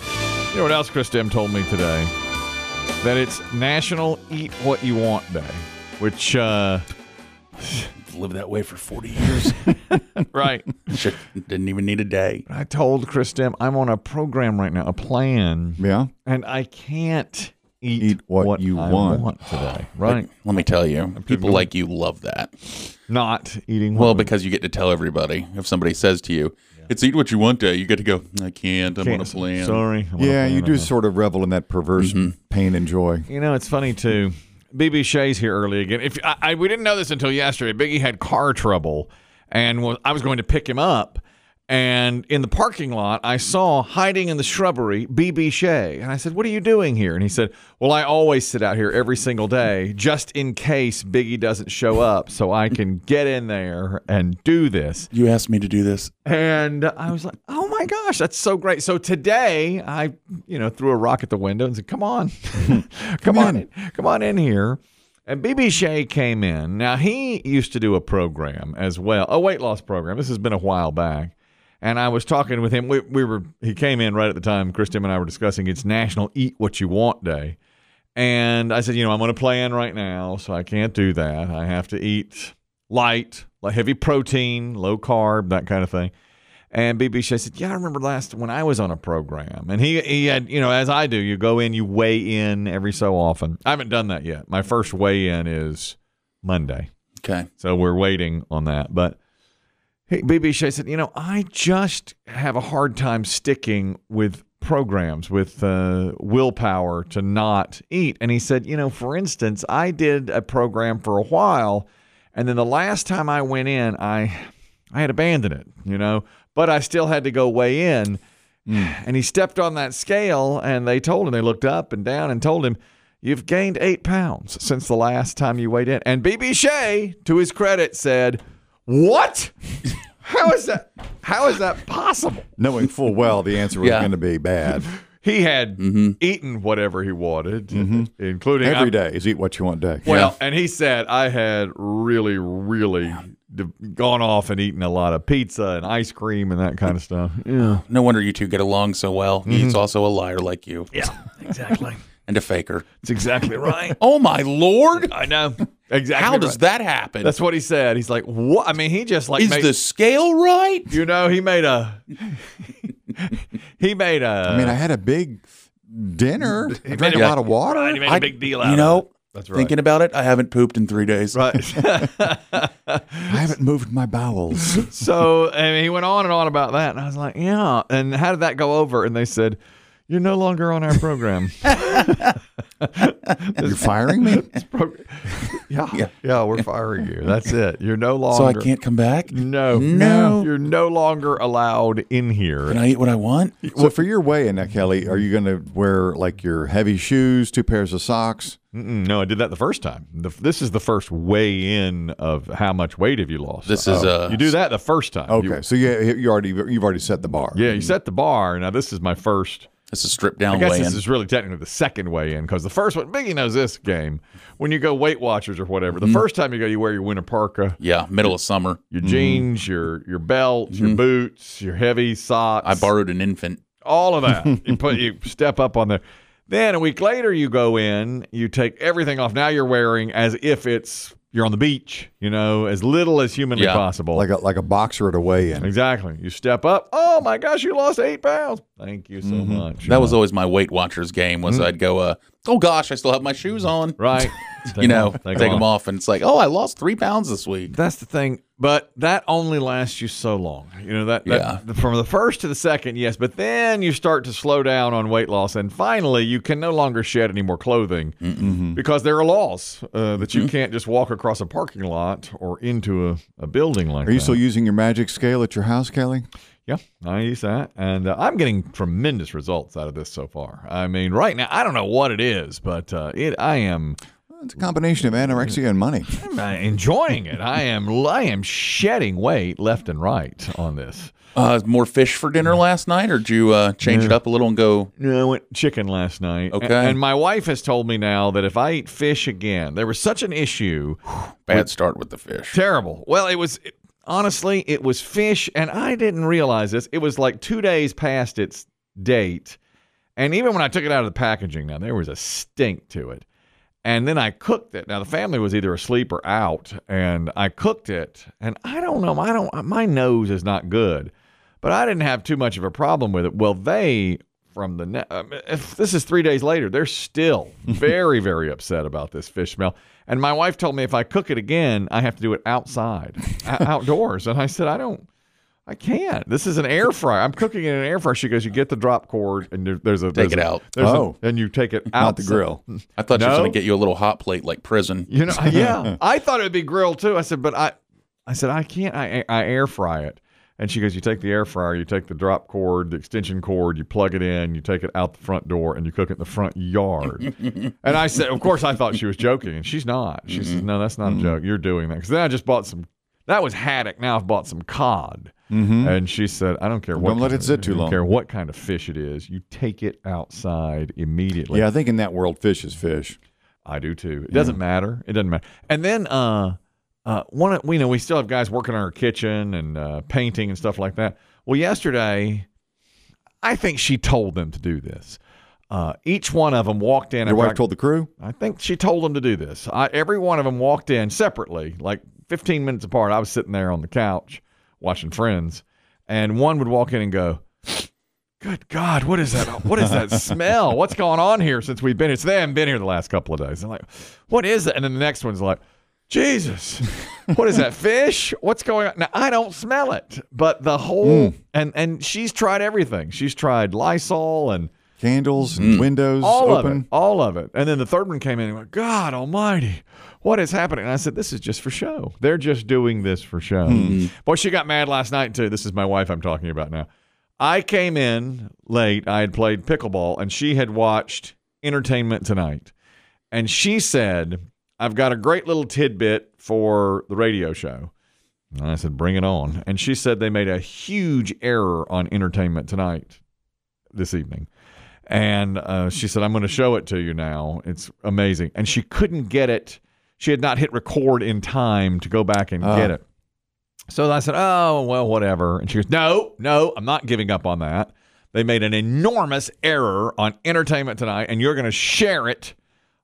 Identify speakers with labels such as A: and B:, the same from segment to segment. A: You know what else Chris Dem told me today? That it's National Eat What You Want Day, which, uh,
B: Lived that way for 40 years.
A: right.
B: Shit, didn't even need a day.
A: I told Chris Dem I'm on a program right now, a plan,
C: Yeah.
A: and I can't eat,
C: Eat what you
A: I
C: want.
A: today. Right.
B: Let me tell you, people like you love that.
A: Not eating
B: Well,
A: what
B: because you get to tell everybody. If somebody says to you, it's eat what you want day, you get to go, I can't. I'm
A: we
B: on a plan.
A: Sorry. I'm on a
C: Yeah, you
A: plan.
C: do sort of revel in that perverse
A: Mm-hmm.
C: pain and joy.
A: You know, it's funny too. BB Shea's here early again. If I, I we didn't know this until yesterday, Biggie had car trouble, and wa- I was going to pick him up, and in the parking lot I saw hiding in the shrubbery BB Shea, and I said, "What are you doing here?" And he said, "Well, I always sit out here every single day just in case Biggie doesn't show up, so I can get in there and do this."
B: You asked me to do this.
A: And I was like, "Oh my gosh, that's so great!" So today, I you know threw a rock at the window and said, "Come on, come, on, in. come on in here." And BB Shea came in. Now he used to do a program as well, a weight loss program. This has been a while back, and I was talking with him. We, we were he came in right at the time. Chris Tim and I were discussing it's National Eat What You Want Day, and I said, you know, I'm on a plan right now, so I can't do that. I have to eat light, like heavy protein, low carb, that kind of thing. And BB Shea said, Yeah, I remember last when I was on a program. And he, he had, you know, as I do, you go in, you weigh in every so often. I haven't done that yet. My first weigh in is Monday.
B: Okay.
A: So we're waiting on that. But hey, BB Shea said, you know, I just have a hard time sticking with programs, with uh, willpower to not eat. And he said, you know, for instance, I did a program for a while, and then the last time I went in, I I had abandoned it, you know, but I still had to go weigh in. And he stepped on that scale, and they told him, they looked up and down and told him, You've gained eight pounds since the last time you weighed in. And BB Shea, to his credit, said, What? How is that? How is that possible?
C: Knowing full well the answer was
B: Yeah.
C: going to be bad.
A: He had eaten whatever he wanted, including
C: Every day is eat what you want day.
A: Well, and he said I had really, really d- gone off and eaten a lot of pizza and ice cream and that kind of stuff. Yeah.
B: No wonder you two get along so well.
A: Mm-hmm.
B: He's also a liar like you. Yeah,
A: exactly.
B: And a faker.
A: That's exactly right.
B: Oh, my Lord.
A: I know. Exactly.
B: How does
A: right.
B: that happen?
A: That's what he said. He's like, what? I mean, he just like
B: Is
A: made,
B: the scale right?
A: you know, he made a he made a
C: I mean, I had a big dinner. I drank a lot of water.
A: he made a
B: I-
A: big deal out
B: You
A: of
B: know,
A: That's right.
B: thinking about it, I haven't pooped in three days.
A: it. Right.
C: I haven't moved my bowels.
A: so I mean, he went on and on about that, and I was like, "Yeah." And how did that go over? And they said, "You're no longer on our program."
C: You're firing me?
A: Pro- yeah, yeah, we're firing you. That's it. You're no longer.
B: So I can't come back? Can
A: No,
B: No.
A: You're no longer allowed in here.
B: I eat what I want?
C: Well, for your weigh in, Kelly, are you going to wear like your heavy shoes, two pairs of socks?
A: Mm-mm, no, I did that the first time. The, this is the first weigh in of how much weight have you lost.
B: This is a.
A: you do that the first time. You-
C: Okay, so you, you already you've already set the bar.
A: yeah, you set the bar. Now this is my first.
B: This is stripped
A: I
B: down
A: guess
B: way
A: this
B: in.
A: is really technically the second weigh in because the first one, Biggie knows this game. When you go Weight Watchers or whatever, the first time you go, you wear your winter parka,
B: yeah, middle of summer.
A: your jeans, your your belt, your boots, your heavy socks.
B: I borrowed an infant.
A: all of that. you put you step up on there. Then a week later, you go in, you take everything off. Now you're wearing as if it's you're on the beach, you know, as little as humanly
B: Yeah.
A: possible.
C: like a like a boxer at a weigh in.
A: exactly. You step up. Oh my gosh, you lost eight pounds. Thank you so much.
B: Mm-hmm. That was always my Weight Watchers game. Was I'd go, uh, oh gosh, I still have my shoes on.
A: Mm-hmm. right.
B: you know, take, them off, and it's like, oh, I lost three pounds this week.
A: That's the thing, but that only lasts you so long. You know that, that- from the first to the second, yes, but then you start to slow down on weight loss, and finally you can no longer shed any more clothing
B: Mm-hmm.
A: because there are laws uh, that you can't just walk across a parking lot or into a, a building like
C: Are you
A: that.
C: still using your magic scale at your house, Kelly?
A: Yeah, I use that, and uh, I'm getting tremendous results out of this so far. I mean, right now I don't know what it is, but uh, it I am
C: It's a combination of anorexia and money.
A: I'm uh, enjoying it. I am I am shedding weight left and right on this.
B: Uh, more fish for
A: Mm-hmm.
B: dinner last night, or did you uh, change it up a little and go?
A: No, I went chicken last night. A-
B: Okay.
A: And my wife has told me now that if I eat fish again, there was such an issue.
B: Bad start with the fish.
A: Terrible. Well, it was it- honestly, it was fish, and I didn't realize this. It was like two days past its date, And even when I took it out of the packaging, now there was a stink to it. And then I cooked it. Now the family was either asleep or out, and I cooked it. And I don't know, I don't my nose is not good, but I didn't have too much of a problem with it. Well, they from the ne- um, if this is 3 days later, they're still very very upset about this fish smell. And my wife told me if I cook it again, I have to do it outside, o- outdoors. And I said, I don't I can't. This is an air fryer. I'm cooking in an air fryer. She goes, you get the drop cord and there- there's a
B: Take
A: there's
B: it
A: a-
B: out.
A: there's a-
C: Oh.
A: and you take it out
C: Not the grill.
B: I thought she was
A: No.
B: going to get you a little hot plate like prison.
A: You know, yeah. I thought it would be grilled too. I said, but I, I said I can't. I I air fry it. And she goes, you take the air fryer, you take the drop cord, the extension cord, you plug it in, you take it out the front door, and you cook it in the front yard. and I said, of course, I thought she was joking, and she's not. She
C: Mm-hmm.
A: says, no, that's not a joke. You're doing that because then I just bought some. That was haddock. Now I've bought some cod. And she said, I don't care what.
C: Mm-hmm. Don't let
A: kind
C: it
A: of-
C: sit too
A: I don't
C: long.
A: Care what kind of fish it is, you take it outside immediately.
C: Yeah, I think in that world, fish is fish.
A: I do too. It doesn't matter. It doesn't matter. And then uh, uh, one of- we know we still have guys working on our kitchen and uh, painting and stuff like that. Well, yesterday, I think she told them to do this. Uh, each one of them walked in. after
C: Your wife
A: I-
C: told the crew?
A: I think she told them to do this. I, every one of them walked in separately, like 15 minutes apart. I was sitting there on the couch watching Friends, and one would walk in and go, "Good God, what is that? What is that smell? What's going on here since we've been here? So they haven't been here the last couple of days. I'm like, what is that? And then the next one's like, Jesus, what is that fish? What's going on? Now I don't smell it, but the whole and and she's tried everything. She's tried Lysol and
C: Candles and windows
A: Mm. all of it,
C: open.
A: all of it. And then the third one came in and went, God Almighty, what is happening? And I said, This is just for show. They're just doing this for show. Boy, she got mad last night too. This is my wife I'm talking about now. I came in late. I had played pickleball, and she had watched Entertainment Tonight. And she said, I've got a great little tidbit for the radio show. And I said, Bring it on. And she said they made a huge error on Entertainment Tonight this evening. And uh, she said, I'm going to show it to you now. It's amazing. And she couldn't get it. She had not hit record in time to go back and
C: Ah.
A: get it. So I said, Oh, well, whatever. And she goes, No, no, I'm not giving up on that. They made an enormous error on Entertainment Tonight, and you're going to share it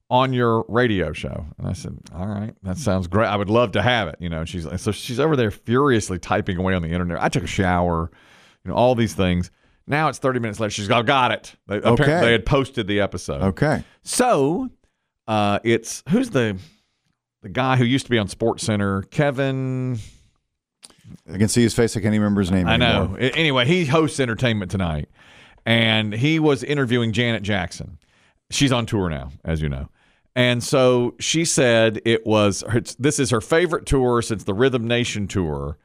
A: on your radio show. And I said, All right, that sounds great. I would love to have it. You know, and she's so she's over there furiously typing away on the internet. I took a shower, you know, all these things. Now it's 30 minutes later. She's got, got it. They,
C: Okay.
A: Apparently, they had posted the episode.
C: Okay.
A: So uh, it's who's the the guy who used to be on Sports Center, Kevin.
C: I can see his face. I can't even remember his name
A: I know.
C: anymore.
A: A- Anyway, he hosts Entertainment Tonight, and he was interviewing Janet Jackson. She's on tour now, as you know. And so she said it was her, it's- this is her favorite tour since the Rhythm Nation tour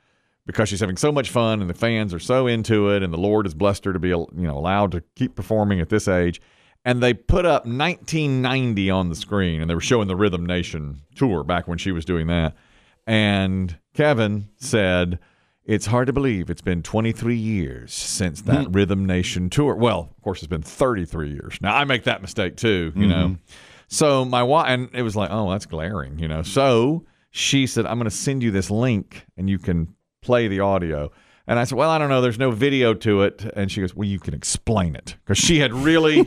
A: because she's having so much fun and the fans are so into it and the Lord has blessed her to be al- you know allowed to keep performing at this age. And they put up 1990 on the screen and they were showing the Rhythm Nation tour back when she was doing that. And Kevin said, it's hard to believe it's been 23 years since that Rhythm Nation tour. Well, of course, it's been 33 years. Now, I make that mistake too, you know. So, my wife, and it was like, oh, that's glaring, you know. So she said, I'm going to send you this link and you can play the audio. And I said, well, I don't know. There's no video to it. And she goes, well, you can explain it. Because she had really,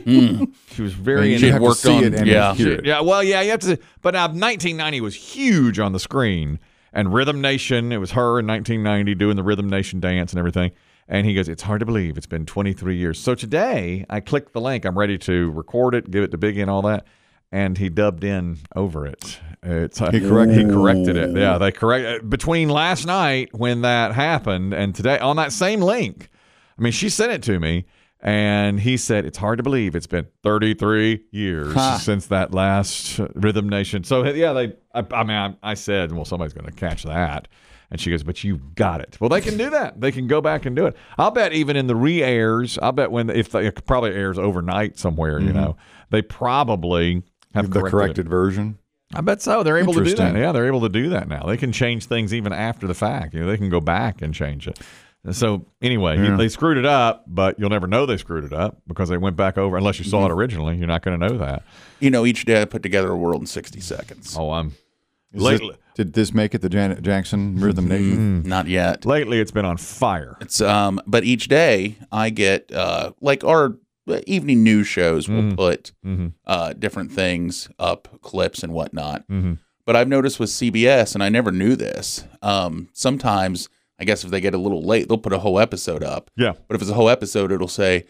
A: she was very
C: And
B: She
C: you
B: had
C: have to
B: worked
C: see
B: on-
C: it and
B: yeah.
C: hear it.
A: yeah, well, yeah, you have to. But now 1990 was huge on the screen, and Rhythm Nation. It was her in 1990 doing the Rhythm Nation dance and everything. And he goes, "It's hard to believe it's been 23 years." So today, I clicked the link. I'm ready to record it, give it to Biggie, and all that. And he dubbed in over it. It's uh, he
C: corrected-
A: he corrected it. Yeah, they correct uh, between last night when that happened and today on that same link. I mean, she sent it to me, and he said it's hard to believe it's been 33 years since that last uh, Rhythm Nation. So yeah, they. I, I mean, I, I said, well, somebody's going to catch that, and she goes, but you got it. Well, they can do that. They can go back and do it. I'll bet even in the re-airs, I'll bet when if they, it probably airs overnight somewhere, you know, they probably have
C: The
A: corrected. it.
C: corrected version.
A: I bet so. They're able to do that.
C: Interesting.
A: Yeah, they're able to do that now. They can change things even after the fact. You know, they can go back and change it. So anyway, he- they screwed it up, but you'll never know they screwed it up because they went back over. Unless you saw it originally, you're not going to know that.
B: You know, each day I put together a world in 60 seconds.
A: Oh, I'm.
C: Is
A: Lately,
C: it- did this make it the Janet Jackson Rhythm
A: Mm.
C: Nation?
B: Not yet.
A: lately, it's been on fire.
B: It's um, but each day I get uh, like our uh, evening news shows will
A: Mhm.
B: put
A: Mm-hmm.
B: uh, different things up, clips and whatnot.
A: Mm-hmm.
B: But I've noticed with CBS, and I never knew this. Um, sometimes, I guess if they get a little late, they'll put a whole episode up.
A: Yeah.
B: But if it's a whole episode, it'll say,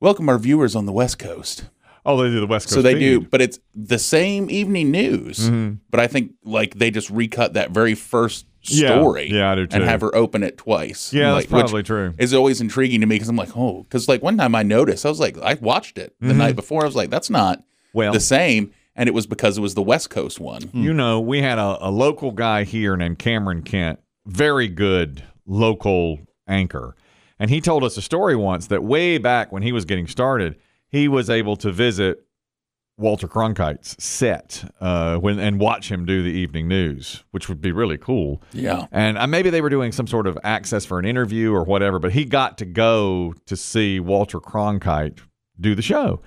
B: "Welcome our viewers on the West Coast."
A: Oh, they do the West Coast.
B: so they do,
A: feed.
B: but it's the same evening news.
A: Mhm.
B: But I think like they just recut that very first
A: Yeah.
B: story
A: Yeah, I do too.
B: and have her open it twice.
A: yeah,
B: like,
A: that's probably true.
B: is always intriguing to me because I'm like, oh, because like one time I noticed, I was like, I watched it
A: Mm-hmm.
B: the night before. I was like, that's not
A: Well,
B: the same. And it was because it was the West Coast one.
A: you know, we had a, a local guy here named Cameron Kent, very good local anchor. And he told us a story once that way back when he was getting started, he was able to visit Walter Cronkite's set uh, when and watch him do the evening news, which would be really cool.
B: Yeah.
A: And uh, maybe they were doing some sort of access for an interview or whatever, but he got to go to see Walter Cronkite do the show.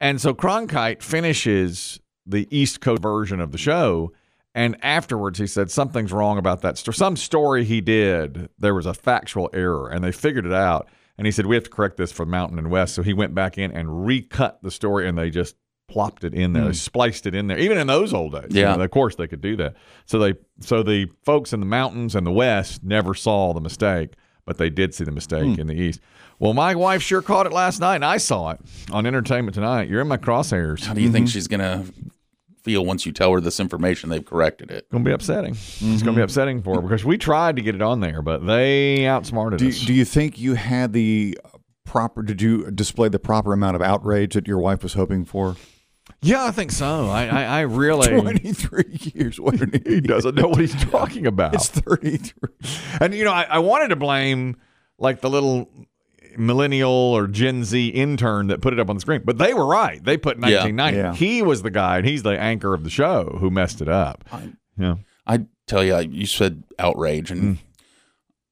A: And so Cronkite finishes the East Coast version of the show. And afterwards, he said something's wrong about that story. Some story he did, there was a factual error, and they figured it out. And he said, We have to correct this for Mountain and West. So he went back in and recut the story, and they just plopped it in there, They spliced it in there. Even in those old days, you
B: Hmm. Yeah.
A: know, of course they could do that. So they, so the folks in the mountains and the West never saw the mistake, but they did see the mistake
C: Hmm.
A: in the East. Well, my wife sure caught it last night, and I saw it on Entertainment Tonight. You're in my crosshairs.
B: How do you think she's gonna feel once you tell her this information? They've corrected it.
A: going to be upsetting. It's
C: Mm-hmm.
A: going to be upsetting for her because we tried to get it on there, but they outsmarted
C: Do,
A: us.
C: do you think you had the uh, proper? Did you display the proper amount of outrage that your wife was hoping for?
A: yeah, I think so. I, I, I really.
C: Twenty-three years. What an
A: He
C: idiot.
A: doesn't know what he's talking about.
C: It's thirty-three.
A: And you know, I, I wanted to blame like the little millennial or Gen Z intern that put it up on the screen, but they were right. They put 1990.
C: Yeah.
A: He was the guy, and he's the anchor of the show who messed it up. yeah.
B: I tell you, you said outrage, and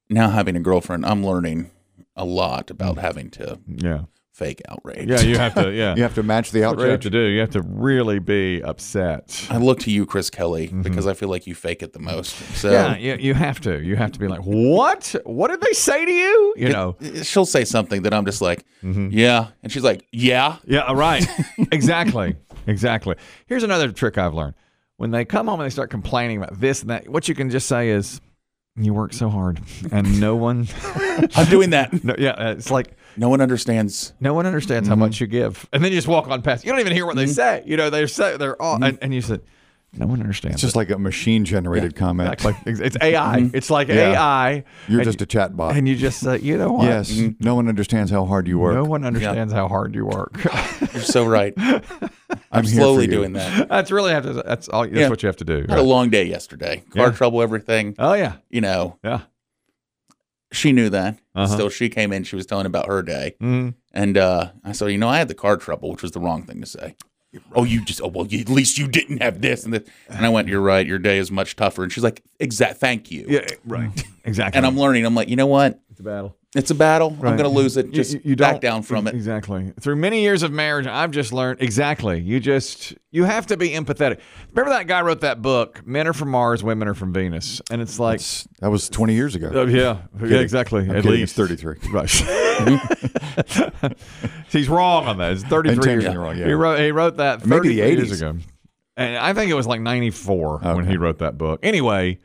B: now having a girlfriend, I'm learning a lot about having to
A: Yeah.
B: fake outrage.
A: Yeah. You have to. Yeah.
C: You have to match the
A: What you have
C: outrage.
A: to do, you have to really be upset.
B: I look to you, Chris Kelly, because I feel like you fake it the most. So
A: Yeah, you, you have to. You have to be like, what? What did they say to you? You know.
B: eh, she'll say something that I'm just like, yeah, and she's like, yeah,
A: Yeah, right. exactly. Exactly. Here's another trick I've learned. When they come home and they start complaining about this and that, what you can just say is, "You work so hard, and no one,
B: I'm doing that.
A: no, yeah, uh, it's like
B: No one understands.
A: no one understands
C: Mm-hmm.
A: how much you give." And then you just walk on past. You don't even hear what they say. You know, they're so, they're all, and, and you said, "No one understands."
C: Mm-hmm. It's just like a machine-generated comment.
A: it." like it's it's AI. It's like AI,
C: You're just a chatbot.
A: and you just say, "You know what?
C: yes. No one understands how hard you work.
A: No one understands how hard you work."
B: You're so right.
C: I'm here for
B: slowly
C: you.
B: doing that.
A: that's really have to. That's all. That's
B: Yeah.
A: what you have to do.
B: Had a long day yesterday. Car
A: Yeah.
B: trouble, everything.
A: Oh yeah,
B: You know,
A: yeah.
B: she knew that.
A: Uh-huh.
B: Still, she came in. She was telling about her day,
A: Mm.
B: and uh, I said, you know, I had the car trouble, which was the wrong thing to say. Oh, you just. Oh, well, you, at least you didn't have this and this. And I went, you're right. Your day is much tougher. And she's like, exact. Thank you.
A: Yeah, right. Exactly.
B: And I'm learning. I'm like, you know what?
A: it's a battle.
B: It's a battle. I'm going to lose it. Just back down from it.
A: Exactly. Through many years of marriage, I've just learned exactly. You just you have to be empathetic. Remember that guy wrote that book, Men Are From Mars, Women Are From Venus, and it's like
C: That's- That was 20 years ago.
A: Oh, yeah, yeah, exactly.
C: I'm
A: At
C: kidding,
A: least
C: it's 33.
A: Right. He's wrong on that. It's 33 years
C: Intentionally wrong, yeah.
A: He wrote he wrote that 30
C: Maybe the
A: years
C: 80s.
A: ago. And I think it was like 94 when he wrote that book. Anyway,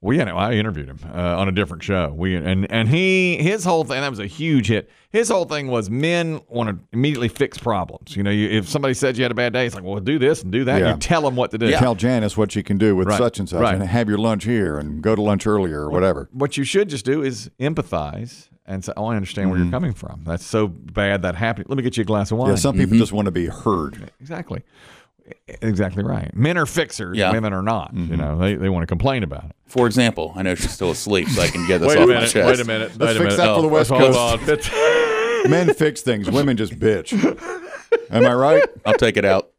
A: we had, I interviewed him uh, on a different show. We and and he his whole thing that was a huge hit. His whole thing was men want to immediately fix problems. You know, you, if somebody said you had a bad day, it's like, well, do this and do that.
C: Yeah.
A: You tell them what to do.
C: Tell Janice what she can do with
A: Right,
C: such and such
A: right.
C: and have your lunch here and go to lunch earlier or whatever.
A: what you should just do is empathize and say, "Oh, I understand where you're coming from. That's so bad that happened. Let me get you a glass of wine."
C: Mm-hmm. Yeah, some people
B: Mm-hmm.
C: just want to be heard.
A: exactly, exactly right. Men are fixers.
B: Yeah. Mm-hmm.
A: Women are not. You know, they, they want to complain about it.
B: For example, I know she's still asleep, so I can get this off my chest.
A: minute.
C: Let's fix that for the West Coast.
A: Coast.
C: Men fix things, women just bitch. Am I right?
B: I'll take it out.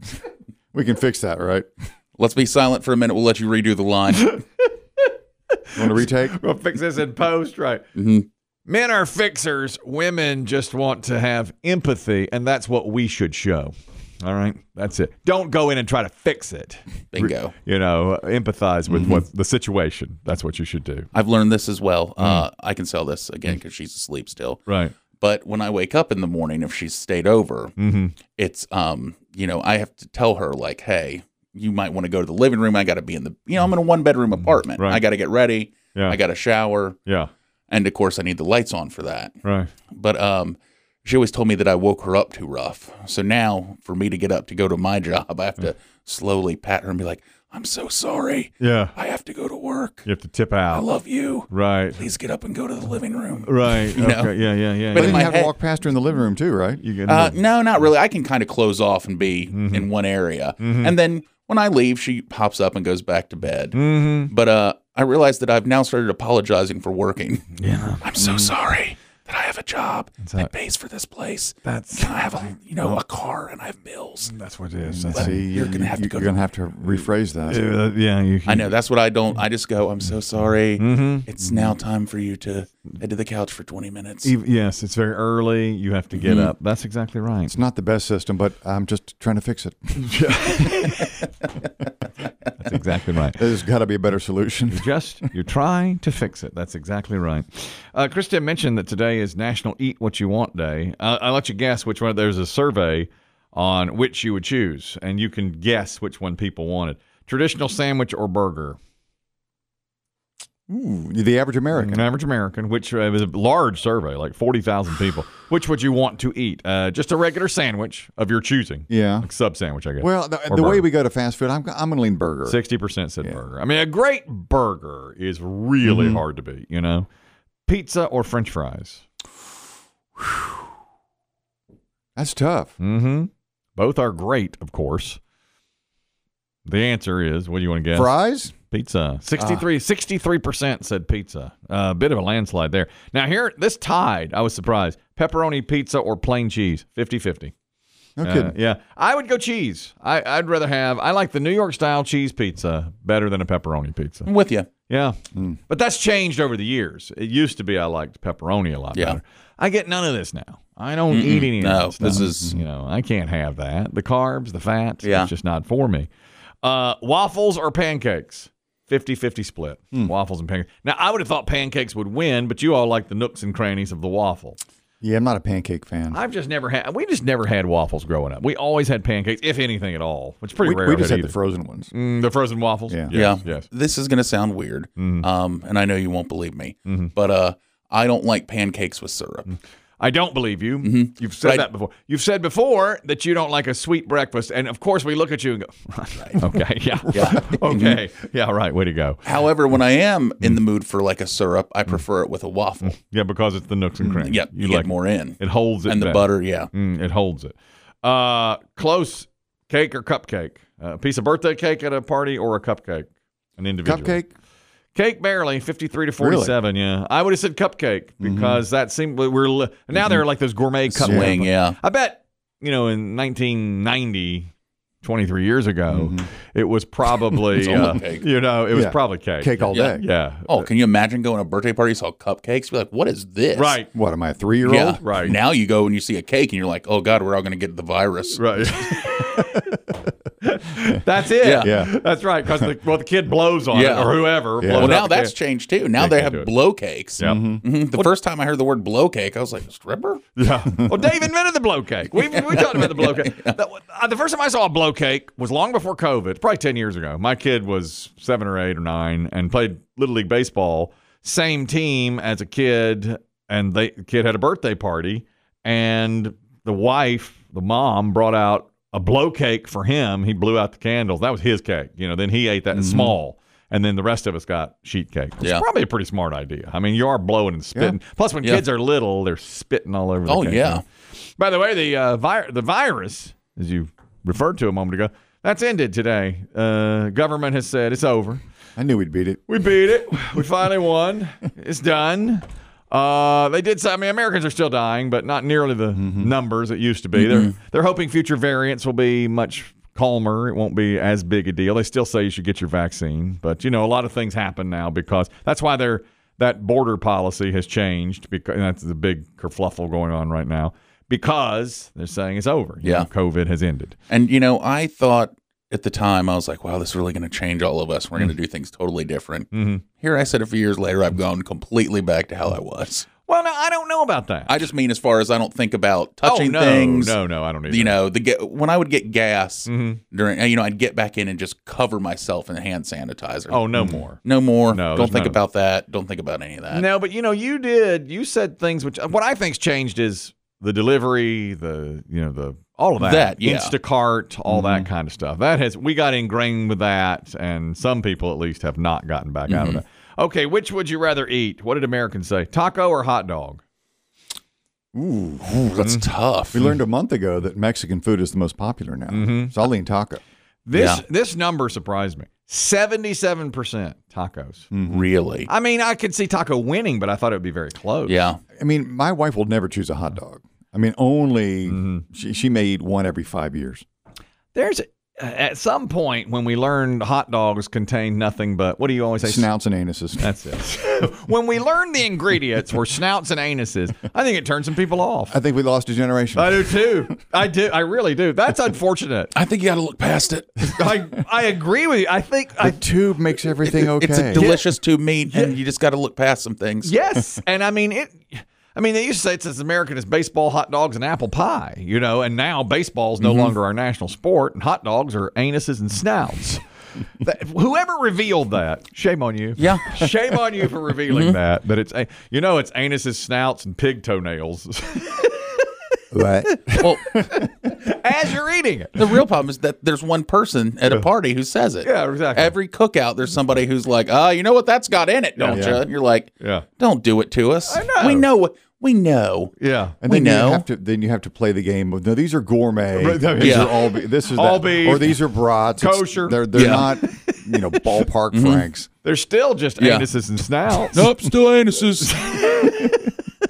C: We can fix that, right?
B: Let's be silent for a minute. We'll let you redo the line.
C: Want to retake?
A: we'll fix this in post, right?
B: Mm-hmm.
A: Men are fixers. Women just want to have empathy, and that's what we should show. All right, that's it. Don't go in and try to fix it.
B: Bingo.
A: you know, empathize with
B: Mm-hmm.
A: what the situation. That's what you should do. Hmm.
B: I've learned this as well. Uh, I can sell this again because she's asleep still.
A: Right.
B: But when I wake up in the morning, if she's stayed over,
A: Mm-hmm.
B: it's um, you know, I have to tell her like, hey, you might want to go to the living room. I got to be in the, you know, I'm in a one bedroom apartment.
A: Mm-hmm. Right.
B: I got to get ready.
A: Yeah.
B: I got to shower,
A: yeah.
B: and of course, I need the lights on for that.
A: Right.
B: But um, she always told me that I woke her up too rough. So now, for me to get up to go to my job, I have to slowly pat her and be like, I'm so sorry.
A: Yeah.
B: I have to go to work.
A: You have to tip
B: I
A: out.
B: love you.
A: Right.
B: Please get up and go to the living room.
A: Right.
B: You know?
A: Okay. Yeah. Yeah. Yeah.
B: But
A: yeah.
B: in
C: Then
B: my
C: you have
B: head-
C: to walk past her in the living room too, right?
A: you get
B: Uh, no, not really. I can kind of close off and be
A: Mm-hmm.
B: in one area. And then when I leave, she pops up and goes back to bed.
A: mm-hmm.
B: But uh, I realized that I've now started apologizing for working.
A: Yeah. Mm-hmm.
B: I'm so sorry that I have a job
A: not-
B: that pays for this place.
A: That's
B: And I have a, you know, a car and I have bills.
A: that's what it is. That's
C: See,
B: you're gonna have to
C: you-
B: go
C: you're
B: to-
C: gonna have to rephrase that.
A: Uh, yeah. You.
B: I know that's what I don't. I just go. I'm so sorry.
A: Mm-hmm.
B: It's now time for you to head to the couch for 20 minutes.
A: e-, Yes, it's very early. You have to get
C: Mm-hmm.
B: Mhm.
A: up. That's exactly right.
C: It's not the best system, but I'm just trying to fix it.
A: That's exactly right.
C: There's got to be a better solution.
A: You're just you're trying to fix it. That's exactly right. Uh, Krista mentioned that today is National Eat What You Want Day. Uh, I'll let you guess which one. There's a survey on which you would choose, and you can guess which one people wanted: traditional sandwich or burger.
C: Ooh, the average American.
A: An average American, which uh, was a large survey, like forty thousand people. Which would you want to eat? Uh, just a regular sandwich of your choosing,
C: Yeah.
A: like sub sandwich, I guess.
C: Well, the,
A: Or
C: the way
A: burger.
C: we go to fast food, I'm, I'm gonna lean burger.
A: Sixty percent said burger. I mean, a great burger is really hard to beat. You know, pizza or French fries.
C: That's tough.
A: Mm-hmm. Both are great, of course. The answer is, what do you want to guess?
C: Fries.
A: Pizza. 63, 63% said pizza. A bit of a landslide there. Now, here, this tied, I was surprised. Pepperoni pizza or plain cheese, 50 50.
C: No kidding.
A: yeah. I would go cheese. I, I'd rather have, I like the New York style cheese pizza better than a pepperoni pizza.
B: I'm with you.
A: Yeah. But that's changed over the years. It used to be I liked pepperoni a lot
B: Yeah.
A: better. I get none of this now. I don't eat any
B: no,
A: of this
B: this
A: stuff.
B: is-
A: you know, I can't have that. The carbs, the fats,
B: Yeah.
A: it's just not for me. Uh, waffles or pancakes? 50-50 split. Waffles and pancakes. Now, I would have thought pancakes would win, but you all like the nooks and crannies of the waffle.
C: Yeah, I'm not a pancake fan.
A: I've just never had we just never had waffles growing up. We always had pancakes, if anything at all, which is pretty
C: we,
A: rare.
C: we
A: I've
C: just
A: had
C: had the
A: either.
C: frozen ones.
A: Mm, the frozen waffles.
C: Yeah.
A: Yes,
B: yeah.
A: Yes. Mm-hmm.
B: This is going to sound weird. Um, and I know you won't believe me, but uh, I don't like pancakes with syrup.
A: Mm. I don't believe you. You've said
B: Mm-hmm. Right.
A: that before. You've said before that you don't like a sweet breakfast, and of course we look at you and go, right. okay, yeah, okay, yeah, right, way to go.
B: However, when I am in
A: Mm.
B: the mood for like a syrup, I prefer it with a waffle.
A: Yeah, because it's the nooks and crannies.
B: Mm, Yeah, you,
A: Mm. you
B: get
A: like
B: more in.
A: it holds it
B: and the
A: down.
B: butter, yeah.
A: Mm, it holds it. Uh, close cake or cupcake? Uh, A piece of birthday cake at a party or a cupcake? An individual
C: Cupcake.
A: Cake barely fifty three to
C: Really?
A: forty seven. Yeah, I would have said cupcake because that seemed we we're li- now they're like those gourmet cupcake.
B: Mm-hmm. Swing, yeah.
A: I bet, you know, in 1990, 23 years ago, it was
B: Mm-hmm. It's
A: probably,
B: only
A: uh,
B: cake.
A: you know, it was
C: Yeah.
A: probably cake.
C: Cake all
B: Yeah.
C: day.
A: Yeah.
B: Oh, can you imagine going to a birthday party, saw cupcakes? Be like, what is this?
A: Right.
C: What am I, a three year
B: Yeah.
C: old?
A: Right.
B: Now you go and you see a cake and you're like, oh God, we're all going to get the virus.
A: Right. That's it.
B: Yeah.
C: Yeah.
A: That's right. Because the, well, the kid blows on
B: Yeah.
A: it or whoever. blows
B: Well,
A: out
B: now
A: the
B: that's
A: cake.
B: changed too. Now they
A: can't do
B: have
A: it.
B: blow cakes.
A: Yeah. Mm-hmm.
B: Mhm. The first time I heard the word blow cake, I was like, stripper?
A: Yeah. well, Dave invented the blow cake. We, we talked about the blow cake. That wa- uh, The first time I saw a blow cake was long before COVID, probably 10 years ago. My kid was seven or eight or nine and played Little League Baseball, same team as a kid. And they, the kid had a birthday party, and the wife, the mom, brought out a blow cake for him. He blew out the candles. That was his cake. You know, then he ate that in small. And then the rest of us got sheet cake. It's
B: Mm-hmm. Yeah.
A: probably a pretty smart idea. I mean, you are blowing and spitting. Plus, when
B: Yeah.
A: kids are little, they're spitting all over. the
B: Oh,
A: cake.
B: yeah.
A: By the way, the uh, vi- the virus, as you referred to a moment ago, that's ended today. Uh, government has said it's over.
C: I knew we'd beat it.
A: We beat it. We finally won. It's done. Uh, they did. Say, I mean, Americans are still dying, but not nearly the
B: Mm-hmm.
A: numbers it used to be. They're they're hoping future variants will be much calmer. It won't be as big a deal. They still say you should get your vaccine, but you know a lot of things happen now because that's why they're that border policy has changed because and that's the big kerfluffle going on right now because they're saying it's over. You
B: Yeah.
A: know, COVID has ended.
B: And, you know, I thought at the time, I was like, wow, this is really going to change all of
A: Mm. Mm-hmm.
B: us. We're going to do things totally different. Here I said a few years later, I've gone completely back to how I was.
A: Well, no, I don't know about that.
B: I just mean as far as I don't think about touching
A: oh, no,
B: things.
A: No, no, I don't either.
B: You know, the ga- when I would get gas
A: Mhm.
B: during, you know, I'd get back in and just cover myself in hand sanitizer.
A: Oh, no more.
B: no more.
A: No,
B: don't
A: there's
B: think
A: none of
B: about that. Don't think about any of that.
A: No, but you know, you did. You said things which what I think's changed is the delivery, the you know, the all of that,
B: That, yeah. Mm-hmm.
A: Instacart, all that kind of stuff. That has we got ingrained with that, and some people at least have not gotten back
B: Mm-hmm.
A: out of that. Okay, which would you rather eat? What did Americans say? Taco or hot dog?
C: Ooh.
B: Ooh, that's
A: Mm-hmm.
B: tough.
C: We learned a month ago that Mexican food is the most popular now. So I'll lean taco.
A: This
B: Yeah.
A: this number surprised me. Seventy-seven percent tacos.
B: Hmm. Mm-hmm. really.
A: I mean, I could see taco winning, but I thought it would be very close.
B: Yeah.
C: I mean, my wife will never choose a hot dog. I mean, only she, she may eat one every five years.
A: There's at some point when we learned hot dogs contain nothing but what do you always say?
C: Snouts and anuses.
A: That's it. when we learned the ingredients were snouts and anuses, I think it turned some people off.
C: I think we lost a generation.
A: I do too. I do. I really do. That's unfortunate.
B: I think you got to look past it.
A: I I agree with you. I think I
C: the tube makes everything okay.
B: It's a delicious tube meat, and you just got to look past some things.
A: yes, and I mean it. I mean, they used to say it's as American as baseball, hot dogs, and apple pie, you know, and now baseball's no longer our national sport, and hot dogs are anuses and snouts. That- whoever revealed that, shame on you.
B: Yeah.
A: Shame on you for revealing that. That it's, a- you know, it's anuses, snouts, and pig toenails
C: right.
B: Well,
A: as you're eating it.
B: the real problem is that there's one person at a party who says it.
A: Yeah, exactly.
B: Every cookout, there's somebody who's like, "Ah, you know what that's got in it, don't
C: Yeah.
B: you?" And you're like,
A: Yeah.
B: "Don't do it to us.
A: I know.
B: We know. what- We know."
A: Yeah.
C: And
B: We
C: then
B: know.
C: you have to then you have to play the game of no, these are gourmet.
A: Right, I mean-
C: These
B: Yeah.
C: are all be- this is
A: All
C: that.
A: beef,
C: or these are brats. It's-
A: kosher.
C: they're they're
B: Yeah. Mm-hmm.
C: not you know ballpark franks.
A: They're still just
B: Yeah.
A: anuses and snouts.
B: Nope, still anuses.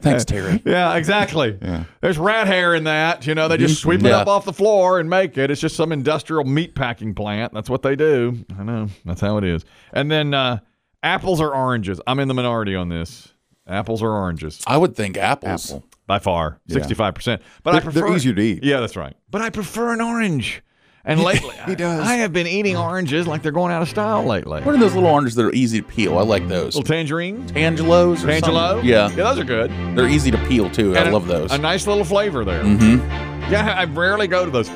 B: Thanks, Terry.
A: Yeah, exactly. There's rat hair in that. You know, they just sweep it
B: Yeah.
A: up off the floor and make it. It's just some industrial meat packing plant. That's what they do. I know. That's how it is. And then uh, apples or oranges. I'm in the minority on this. Apples or oranges
B: I would think apples.
C: Apple.
A: by far, sixty-five percent. But I
C: They're-
A: prefer
C: they're easier to eat.
A: Yeah, that's right. But I prefer an orange. And lately,
C: He does.
A: I, I have been eating oranges like they're going out of style lately.
B: What are those little oranges that are easy to peel? I like those.
A: Little tangerine,
B: Angelos. Or
A: tangelo.
B: something? Yeah.
A: yeah, those are good.
B: They're easy to peel too. I
A: And a-
B: love those.
A: A nice little flavor there. Mm-hmm. Yeah, I rarely go to those.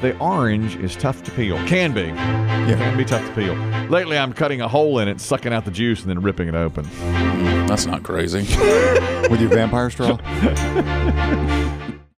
A: The orange is tough to peel. Can be. Can be tough to peel. Lately, I'm cutting a hole in it, sucking out the juice, and then ripping it open.
B: That's not crazy.
C: With your vampire straw.